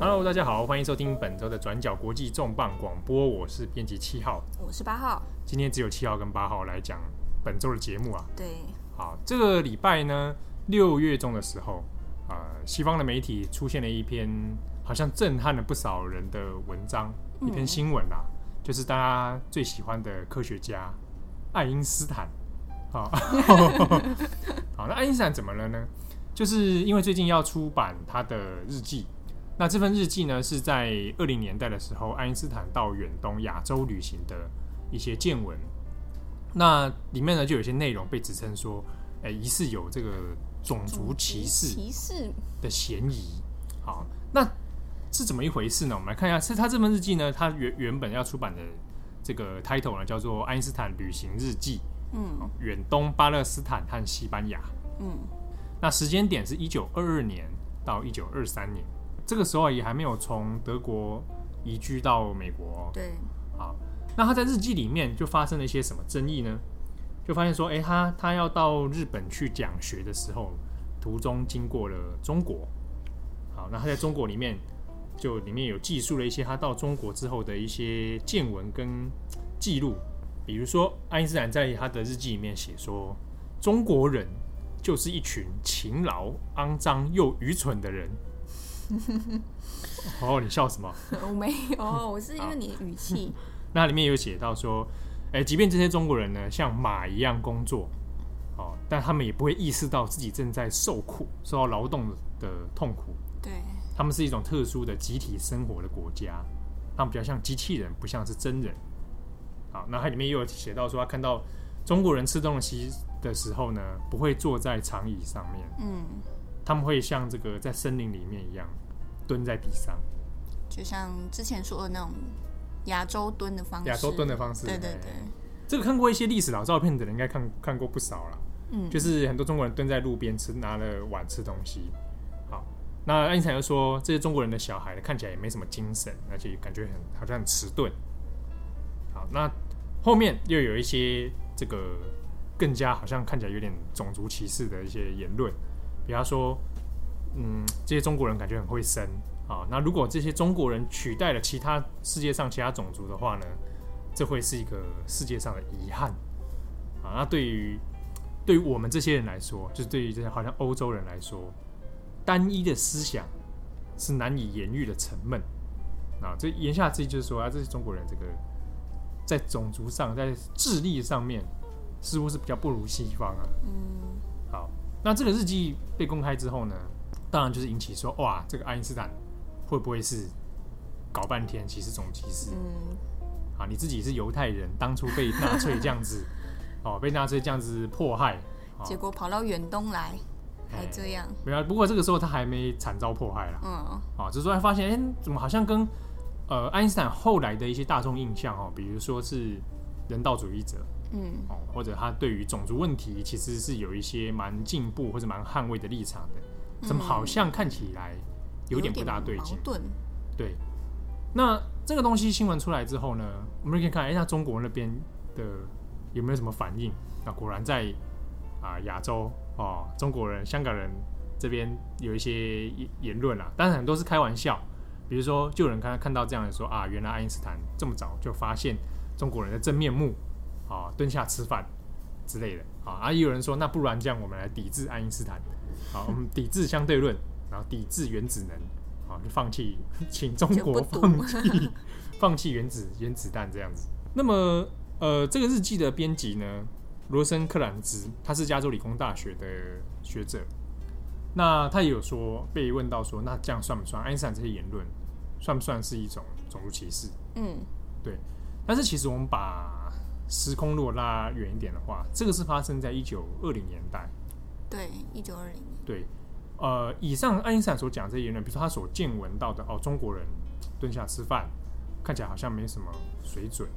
Hello，大家好，欢迎收听本周的转角国际重磅广播，我是编辑七号。我是八号，今天只有七号跟八号来讲本周的节目啊。对，好，这个礼拜呢，六月中的时候，呃，西方的媒体出现了一篇好像震撼了不少人的文章，一篇新闻啊，就是大家最喜欢的科学家爱因斯坦。好， 好，那爱因斯坦怎么了呢？就是因为最近要出版他的日记。那这份日记呢，是在二零年代的时候，爱因斯坦到远东亚洲旅行的一些见闻。那里面呢，就有一些内容被指称说，哎、疑似有这个种族歧视歧视，的嫌疑。好，那是怎么一回事呢？我们来看一下，是他这份日记呢，他原原本要出版的这个 title 呢，叫做《爱因斯坦旅行日记：嗯远东、巴勒斯坦和西班牙》。嗯，那时间点是一九二二年到一九二三年，这个时候也还没有从德国移居到美国哦、 对，好，那他在日记里面就发生了一些什么争议呢？就发现说，诶，他他要到日本去讲学的时候，途中经过了中国。好，那他在中国里面就里面有记述了一些他到中国之后的一些见闻跟记录，比如说爱因斯坦在他的日记里面写说，中国人就是一群勤劳、肮脏又愚蠢的人。哦，你笑什么？我没有，我是因为你的语气，那里面有写到说，哎、即便这些中国人呢像马一样工作，哦，但他们也不会意识到自己正在受苦，受到劳动的痛苦。 对，他们是一种特殊的集体生活的国家，他们比较像机器人，不像是真人。好，那它里面也有写到说，他看到中国人吃东西的时候呢，不会坐在长椅上面，嗯，他们会像这个在森林里面一样蹲在地上，就像之前说的那种亚洲蹲的方式，亚洲蹲的方式。对对哎对，这个看过一些历史老照片的人，应该看看过不少了。嗯，就是很多中国人蹲在路边吃，拿了碗吃东西。好，那爱因斯坦就说这些中国人的小孩看起来也没什么精神，而且感觉很好像很迟钝。好，那后面又有一些这个更加好像看起来有点种族歧视的一些言论，比方说，嗯，这些中国人感觉很会生啊。那如果这些中国人取代了其他世界上其他种族的话呢，这会是一个世界上的遗憾啊。那对于对于我们这些人来说，就是对于这些好像欧洲人来说，单一的思想是难以言喻的沉闷啊。这言下之意就是说啊，这些中国人这个在种族上、在智力上面，似乎是比较不如西方啊。嗯，好，那这个日记被公开之后呢，当然就是引起说，哇，这个爱因斯坦会不会是搞半天其实种族歧视？嗯，啊，你自己是犹太人，当初被纳粹这样子，哦，被纳粹这样子迫害，哦结果跑到远东来，还哎这样，没有啊，不过这个时候他还没惨遭迫害啦，嗯，啊，只是说他发现，哎、怎么好像跟呃爱因斯坦后来的一些大众印象哦，比如说是人道主义者嗯，哦，或者他对于种族问题其实是有一些蛮进步或者蛮捍卫的立场的，怎么好像看起来有点不大对矛劲？盾，对，那这个东西新闻出来之后呢，我们就可以看，哎、那中国那边的有没有什么反应？那果然在啊亚、洲哦，中国人、香港人这边有一些言言论啦，当然很多是开玩笑，比如说就有人看看到这样的说啊，原来爱因斯坦这么早就发现中国人的真面目啊、蹲下吃饭之类的啊，啊也有人说，那不然这样我们来抵制爱因斯坦，好、 我们抵制相对论，然后抵制原子能。啊，就放弃，请中就不国读放弃放弃原子原子弹这样子。 那么，呃，这个日记的编辑呢，罗森克兰兹，他是加州理工大学的学者。那他也有说，被问到说，那这样算不算爱因斯坦这些言论，算不算是一种种族歧视？嗯，但是其实我们把时空如果拉远一点的话，这个是发生在一九二零年代。对，一九二零，对，呃，以上爱因斯坦所讲这些言论，比如说他所见闻到的哦，中国人蹲下吃饭，看起来好像没什么水准，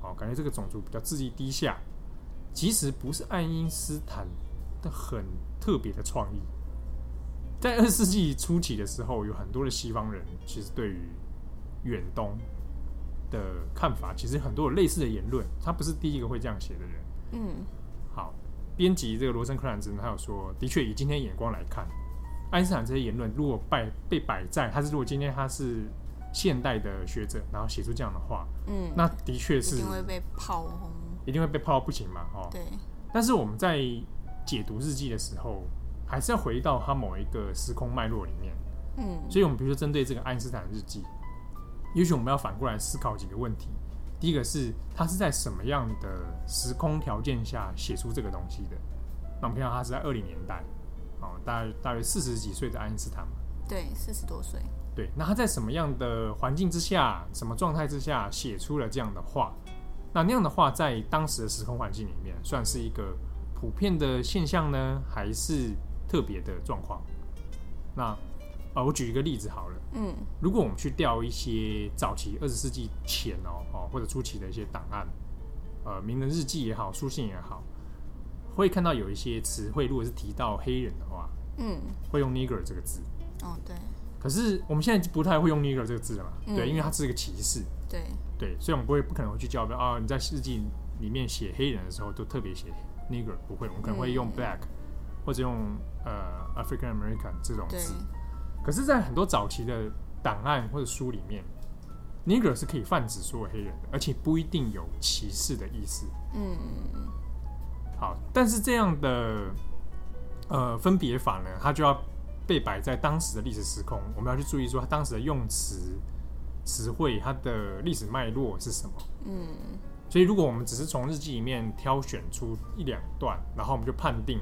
哦，感觉这个种族比较智力低下，其实不是爱因斯坦的很特别的创意。在二世纪初期的时候，有很多的西方人其实对于远东的看法，其实很多有类似的言论，他不是第一个会这样写的人。嗯，好，编辑这个罗森克兰兹呢，他有说，的确以今天眼光来看，爱爱因斯坦这些言论如果摆被摆在，他是如果今天他是现代的学者，然后写出这样的话，嗯，那的确一是定会被炮轰。一定会被泡到不行嘛，哦。对，但是我们在解读日记的时候，还是要回到它某一个时空脉络里面。嗯，所以，我们比如说针对这个爱因斯坦的日记，也许我们要反过来思考几个问题。第一个是，他是在什么样的时空条件下写出这个东西的？那我们看到他是在二零年代，哦，大大约四十几岁的爱因斯坦嘛。对，四十多岁，对，那他在什么样的环境之下、什么状态之下写出了这样的话？那那样的话，在当时的时空环境里面，算是一个普遍的现象呢，还是特别的状况？那啊，我举一个例子好了，嗯如果我们去调一些早期二十世纪前哦哦或者初期的一些档案，呃，名人日记也好，书信也好，会看到有一些词汇，如果是提到黑人的话，嗯，会用 nigger 这个字。哦，对可是我们现在不太会用 nigger 这个字了嘛？嗯对，因为它是一个歧视，对，对，所以我们不会不可能会去叫啊，你在日记里面写黑人的时候都特别写 nigger，不会，我们可能会用嗯 black、或者用呃 African American 这种对，字。可是，在很多早期的档案或者书里面，nigger 是可以泛指所有黑人的，而且不一定有歧视的意思。嗯，好，但是这样的呃分别法呢，它就要被摆在当时的历史时空，我们要去注意说它当时的用词、词汇、它的历史脉络是什么。嗯，所以，如果我们只是从日记里面挑选出一两段，然后我们就判定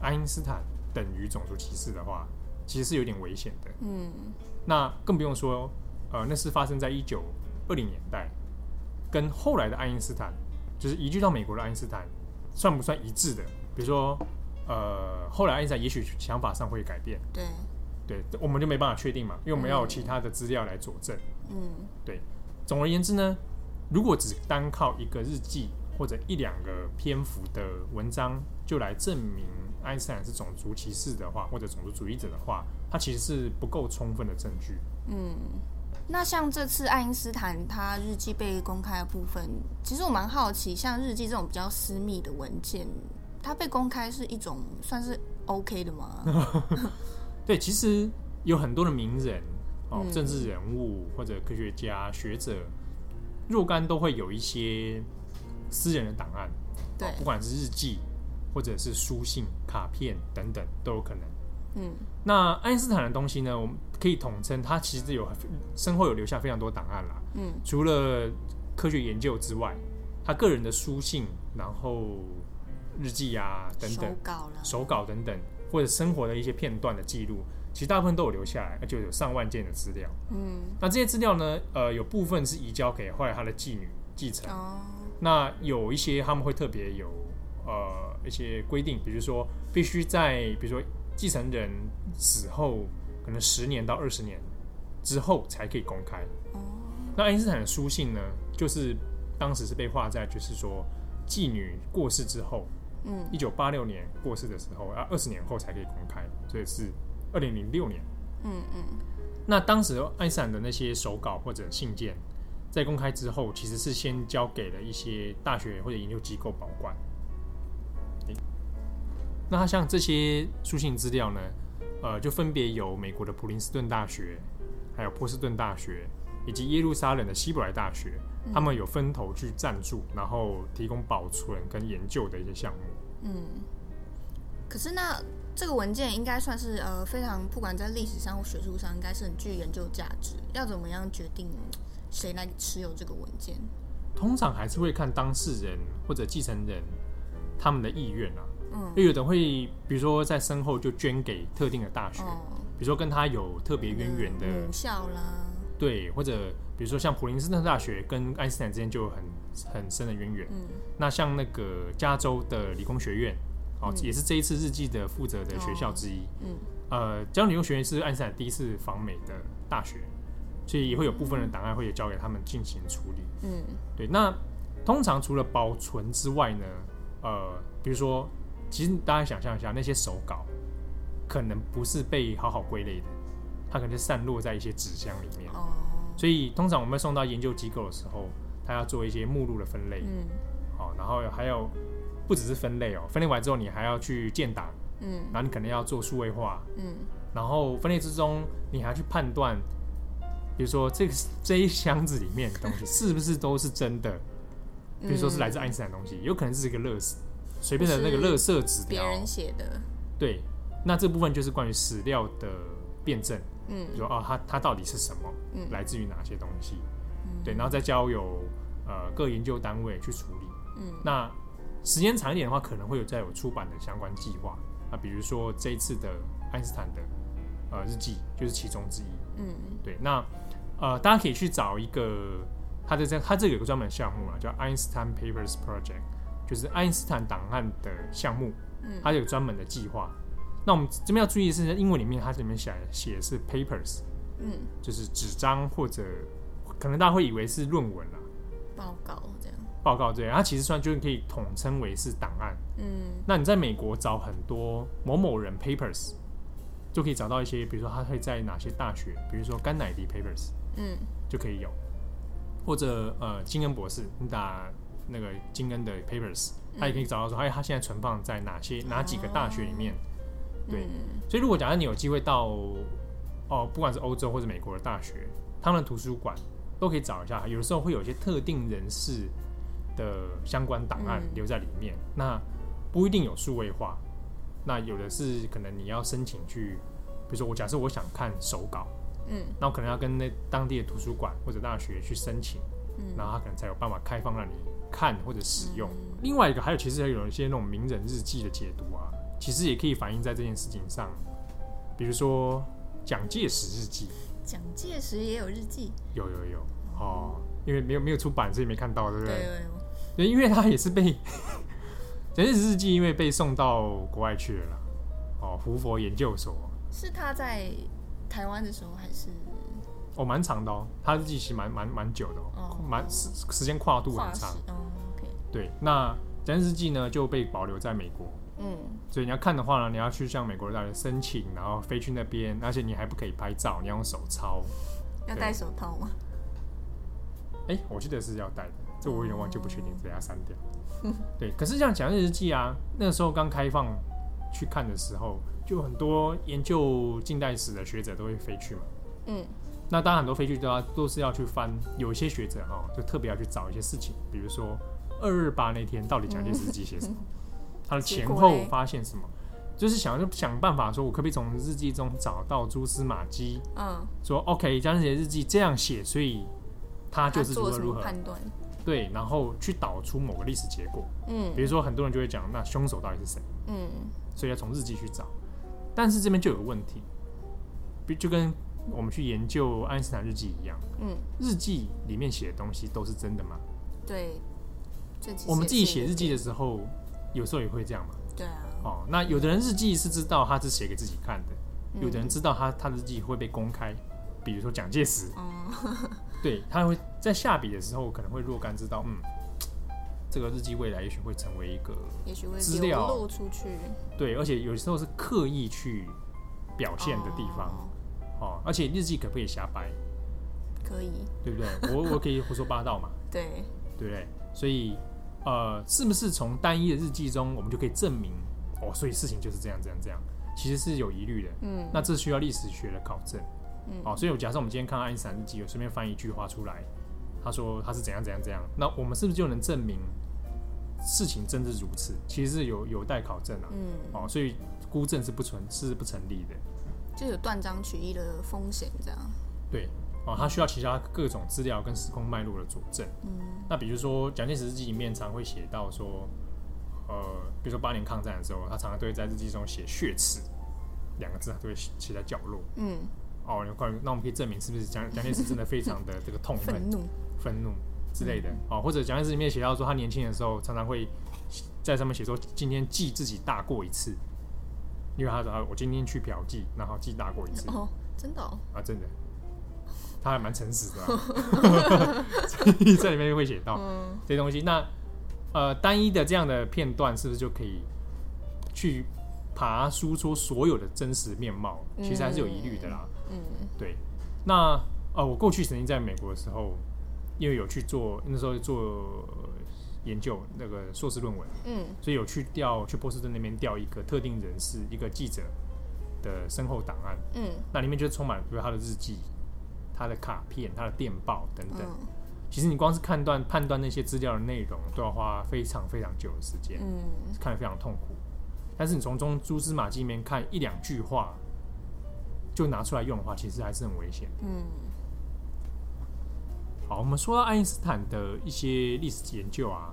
爱因斯坦等于种族歧视的话，其实是有点危险的。嗯，那更不用说，呃，那是发生在一九二零年代，跟后来的爱因斯坦，就是移居到美国的爱因斯坦，算不算一致的？比如说，呃，后来爱因斯坦也许想法上会改变，对，对，我们就没办法确定嘛，因为我们要有嗯其他的资料来佐证。嗯，总而言之呢，如果只单靠一个日记或者一两个篇幅的文章就来证明爱因斯坦是种族歧视的话，或者种族主义者的话，它其实是不够充分的证据。嗯。那像这次爱因斯坦他日记被公开的部分，其实我蛮好奇，像日记这种比较私密的文件，它被公开是一种算是 OK 的吗？对，其实有很多的名人哦，嗯政治人物或者科学家、学者，若干都会有一些私人的档案，哦对，不管是日记或者是书信、卡片等等都有可能。嗯那爱因斯坦的东西呢，我们可以统称他其实有身后有留下非常多档案啦，嗯除了科学研究之外，他个人的书信，然后日记啊等等手，稿了，手稿等等，或者生活的一些片段的记录，其实大部分都有留下来，而且有上万件的资料。嗯，那这些资料呢，呃，有部分是移交给后来他的继女继承，哦，那有一些他们会特别有呃一些规定，比如说必须在比如说继承人死后可能十年到二十年之后才可以公开。哦，那爱因斯坦的书信呢，就是当时是被划在就是说继女过世之后嗯一九八六年过世的时候，啊，二十年后才可以公开，所以是二零零六年。嗯嗯，那当时爱因斯坦的那些手稿或者信件，在公开之后，其实是先交给了一些大学或者研究机构保管。诶那他像这些书信资料呢，呃，就分别由美国的普林斯顿大学、还有波士顿大学以及耶路撒冷的希伯来大学，嗯他们有分头去赞助，然后提供保存跟研究的一些项目。嗯，可是那这个文件应该算是呃非常，不管在历史上或学术上，应该是很具研究价值。要怎么样决定谁来持有这个文件？通常还是会看当事人或者继承人他们的意愿啊。嗯，因为有的会，比如说在身后就捐给特定的大学，哦，嗯比如说跟他有特别渊源的，母校啦，对，或者比如说像普林斯顿大学跟爱因斯坦之间就有很很深的渊源。嗯，那像那个加州的理工学院，哦，嗯也是这一次日记的负责的学校之一。嗯呃，加州理工学院是爱因斯坦第一次访美的大学，所以也会有部分的档案会交给他们进行处理。嗯对，那通常除了保存之外呢，呃，比如说，其实大家想象一下，那些手稿可能不是被好好归类的，它可能就散落在一些纸箱里面。哦，所以通常我们送到研究机构的时候，它要做一些目录的分类，嗯好、然后还有哦不只是分类哦，分类完之后你还要去建档，嗯然后你可能要做数位化，嗯然后分类之中你还要去判断，比如说这个这一箱子里面的东西是不是都是真的，比如说嗯是来自爱因斯坦的东西，有可能是一个乐死随便的那个乐色纸嗯别条，人写的，对，那这部分就是关于史料的辩证，嗯比如说哦，它它到底是什么，嗯来自于哪些东西，嗯对，然后再交由呃各研究单位去处理。嗯那时间长一点的话，可能会有再有出版的相关计划啊，比如说这一次的爱因斯坦的呃日记就是其中之一。嗯对，那呃大家可以去找一个他的这他这个有个专门的项目啊，叫 Einstein Papers Project，就是爱因斯坦档案的项目，嗯它有专门的计划。那我们这边要注意的是，英文里面它这里面写写的是 papers，嗯，就是纸张或者可能大家会以为是论文啦、报告这样，报告这样，它其实算就是可以统称为是档案。嗯那你在美国找很多某某人 papers，就可以找到一些，比如说他会在哪些大学，比如说甘乃迪 papers 嗯就可以有，或者呃金恩博士，你打那个金恩的 papers，他也嗯可以找到说，哎，他现在存放在哪些哪几个大学里面。对哦嗯所以如果假设你有机会到哦，不管是欧洲或者美国的大学，他们的图书馆都可以找一下，有的时候会有一些特定人士的相关档案嗯留在里面。那不一定有数位化，那有的是可能你要申请去，比如说我假设我想看手稿，嗯那我可能要跟那当地的图书馆或者大学去申请，嗯然后他可能才有办法开放让你看或者使用。另外一个还有，其实还有一些那种名人日记的解读啊，其实也可以反映在这件事情上。比如说蒋介石日记，蒋介石也有日记，有有有哦，因为没有没有出版，所以没看到，对不对？对，对，因为他也是被 蒋介石日记，因为被送到国外去了啦。哦，胡佛研究所，是他在台湾的时候还是哦，蛮长的哦，他日记其实蛮蛮蛮久的哦哦，蛮时时间跨度化很石长。？哦，OK，对，那蒋介石日记呢就被保留在美国，嗯所以你要看的话呢，你要去向美国的大学申请，然后飞去那边，而且你还不可以拍照，你要用手抄。要对戴手套吗？哎、我记得是要带的，这我有点忘记，不确定，等一下删掉。对，可是像蒋介石日记啊，那时候刚开放去看的时候，就很多研究近代史的学者都会飞去嘛。嗯那当然，很多飞去都要都是要去翻，有一些学者哈、就特别要去找一些事情，比如说二二八那天到底蒋介石日记写什 么，他的前结果后嘞发现什么，就是想就想办法说，我可不可以从日记中找到蛛丝马迹，嗯，说 OK，蒋介石日记这样写，所以他就是如做何什如么何，判断？对，然后去导出某个历史结果，嗯比如说很多人就会讲，那凶手到底是谁？嗯所以要从日记去找。但是这边就有个问题，比就跟我们去研究爱因斯坦日记一样，嗯，日记里面写的东西都是真的吗？对，这其实我们自己写也是日记的时候，有时候也会这样嘛。对啊，哦，那有的人日记是知道他是写给自己看的，嗯有的人知道他他的日记会被公开，比如说蒋介石，嗯对他会在下笔的时候可能会若干知道，嗯，这个日记未来也许会成为一个也许会资流料露出去对，而且有时候是刻意去表现的地方哦哦，而且日记可不可以瞎掰，可以，对不对？我我可以胡说八道嘛，对，对不对？所以，呃，是不是从单一的日记中，我们就可以证明哦？所以事情就是这样，这样，这样，其实是有疑虑的。嗯那这需要历史学的考证。嗯哦，所以我假设我们今天看爱因斯坦日记，有随便翻一句话出来，他说他是怎样怎样怎样，那我们是不是就能证明事情真是如此？其实是有有待考证啊。嗯，哦，所以孤证是不存是不成立的。就有断章取义的风险这样，对，哦，它需要其他各种资料跟时空脉络的佐证。嗯那比如说蒋介石日记里面常会写到说，呃，比如说八年抗战的时候，他常常都会在日记中写“血耻”两个字，他都会写写在角落。嗯，哦，有关于那我们可以证明是不是蒋蒋介石真的非常的这个痛恨、 愤怒，愤怒之类的。哦，或者蒋介石里面写到说，他年轻的时候常常会在上面写说，今天记自己大过一次，因为他说啊我今天去嫖妓，然后记大过一次。哦，真的哦，啊，真的，他还蛮诚实的、啊， 所以这里面会写到嗯这些东西。那呃，单一的这样的片段是不是就可以去爬输出所有的真实面貌？其实还是有疑虑的啦。嗯对，那呃，我过去曾经在美国的时候，因为有去做那时候做研究那个硕士论文，嗯所以有去调去波士顿那边调一个特定人士，一个记者的身后档案，嗯那里面就充满了比如他的日记、他的卡片、他的电报等等。嗯其实你光是判断判断那些资料的内容，都要花非常非常久的时间，嗯，看得非常痛苦。但是你从中蛛丝马迹里面看一两句话，就拿出来用的话，其实还是很危险的。嗯好，我们说到爱因斯坦的一些历史研究啊，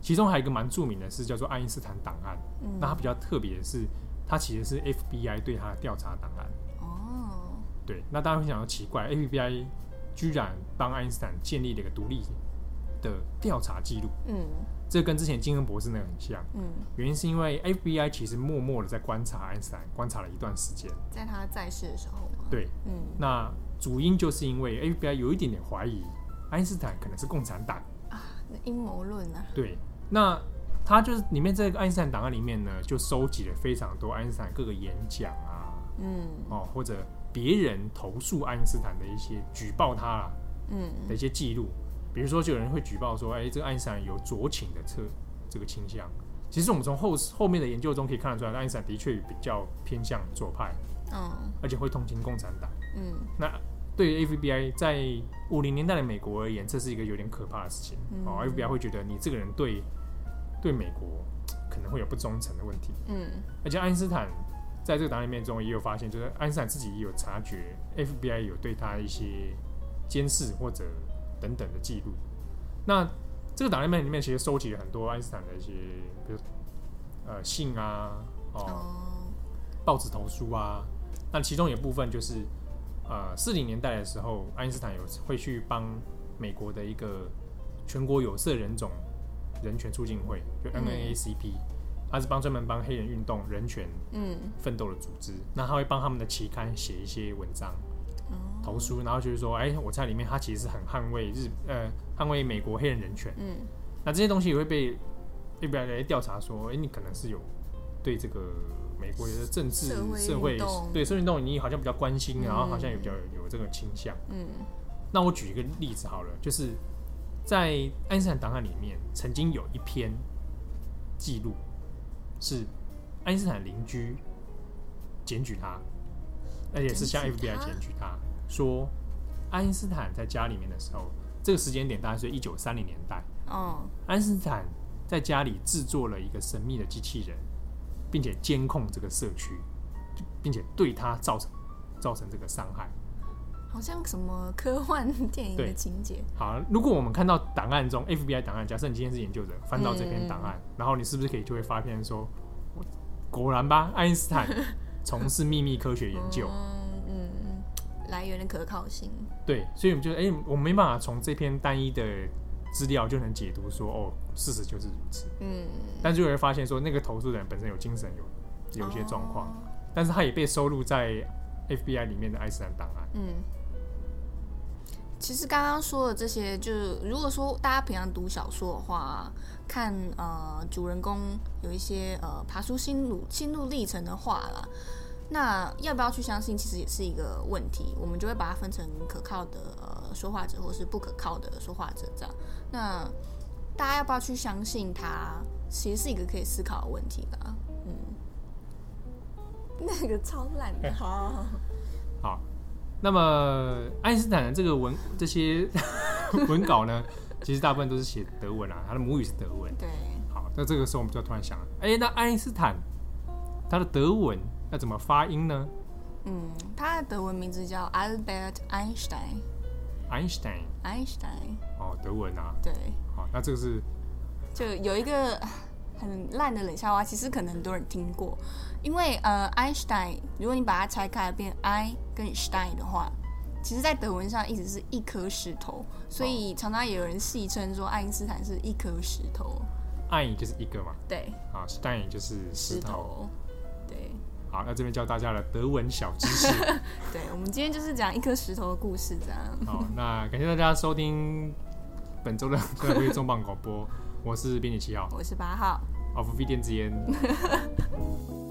其中还有一个蛮著名的是叫做爱因斯坦档案。嗯那它比较特别的是，它其实是 FBI 对它的调查档案。哦，对，那大家会想到奇怪，FBI 居然帮爱因斯坦建立了一个独立的调查记录，嗯这跟之前金恩博士那个很像。嗯，原因是因为 FBI 其实默默的在观察爱因斯坦，观察了一段时间。在他在世的时候嘛，对，嗯那主因就是因为 FBI 有一点点怀疑爱因斯坦可能是共产党。那阴谋论啊，对，那他就是里面这个爱因斯坦档案里面呢，就收集了非常多爱因斯坦各个演讲啊，嗯哦，或者别人投诉爱因斯坦的一些举报他啦嗯的一些记录，比如说就有人会举报说，哎，这个爱因斯坦有酌情的侧这个倾向。其实我们从后后面的研究中可以看得出来，爱因斯坦的确比较偏向左派，嗯而且会同情共产党。嗯那对于 FBI 在五零年代的美国而言，这是一个有点可怕的事情。嗯哦，FBI 会觉得你这个人对对美国可能会有不忠诚的问题。嗯而且爱因斯坦在这个档案里面中也有发现，就是爱因斯坦自己也有察觉 FBI 有对他一些监视或者等等的记录。那这个档案里面里面其实收集了很多爱因斯坦的一些，比如呃信啊，哦，哦，报纸投书啊。那其中有部分就是呃四零年代的时候，爱因斯坦有会去帮美国的一个全国有色人种人权促进会，就嗯 NAACP，、他是帮专门帮黑人运动人权嗯奋斗的组织，那他会帮他们的期刊写一些文章、哦投书，然后就是说，哎、我在里面，他其实是很捍卫日呃捍卫美国黑人人权。嗯那这些东西也会被 FBI 来调查说，哎、你可能是有对这个美国的政治社会社会运动对社会运动，你好像比较关心，嗯然后好像也比较有有这个倾向。嗯那我举一个例子好了，就是在爱因斯坦档案里面曾经有一篇记录是爱因斯坦邻居检举他，而且是向检举 FBI 他检举他说，爱因斯坦在家里面的时候，这个时间点大概是一九三零年代，哦爱因斯坦在家里制作了一个神秘的机器人，并且监控这个社区，就并且对他造成造成这个伤害。好像什么科幻电影的对情节，好，如果我们看到档案中 FBI 档案，假设你今天是研究者，翻到这篇档案，然后你是不是可以就会发现说，我果然吧，爱因斯坦从事秘密科学研究。嗯嗯，来源的可靠性，对，所以我们就哎、我们没办法从这篇单一的资料就能解读说，哦，事实就是如此。嗯，但就会发现说，那个投诉人本身有精神有有一些状况，哦，但是他也被收录在 FBI 里面的爱因斯坦档案。嗯。其实刚刚说的这些，就是如果说大家平常读小说的话，看呃主人公有一些呃爬出心路心路历程的话啦，那要不要去相信，其实也是一个问题。我们就会把它分成可靠的呃说话者，或是不可靠的说话者这样。那大家要不要去相信它，其实是一个可以思考的问题啦。嗯， 那个超烂的，好好好好，那么爱因斯坦的这个文这些 文稿呢，其实大部分都是写德文啊，他的母语是德文。对，好，那这个时候我们就突然想了，哎、那爱因斯坦他的德文要怎么发音呢嗯，他的德文名字叫 Albert Einstein。 ？Einstein 爱因斯坦，哦，德文啊，对，好，那这个是就有一个很烂的冷笑话，其实可能很多人听过，因为呃，爱因斯坦，如果你把它拆开来变 I 跟 Stein 的话，其实在德文上一直是一颗石头，所以常常也有人戏称说爱因斯坦是一颗石头，爱就是一个嘛，对，啊，Stein 就是石石头。头，对，好，那这边教大家了德文小知识。对，我们今天就是讲一颗石头的故事，这样，好，那感谢大家收听本周的 科学重磅广播，我是编辑七号我是八号。 ，Auf w i d e n s e h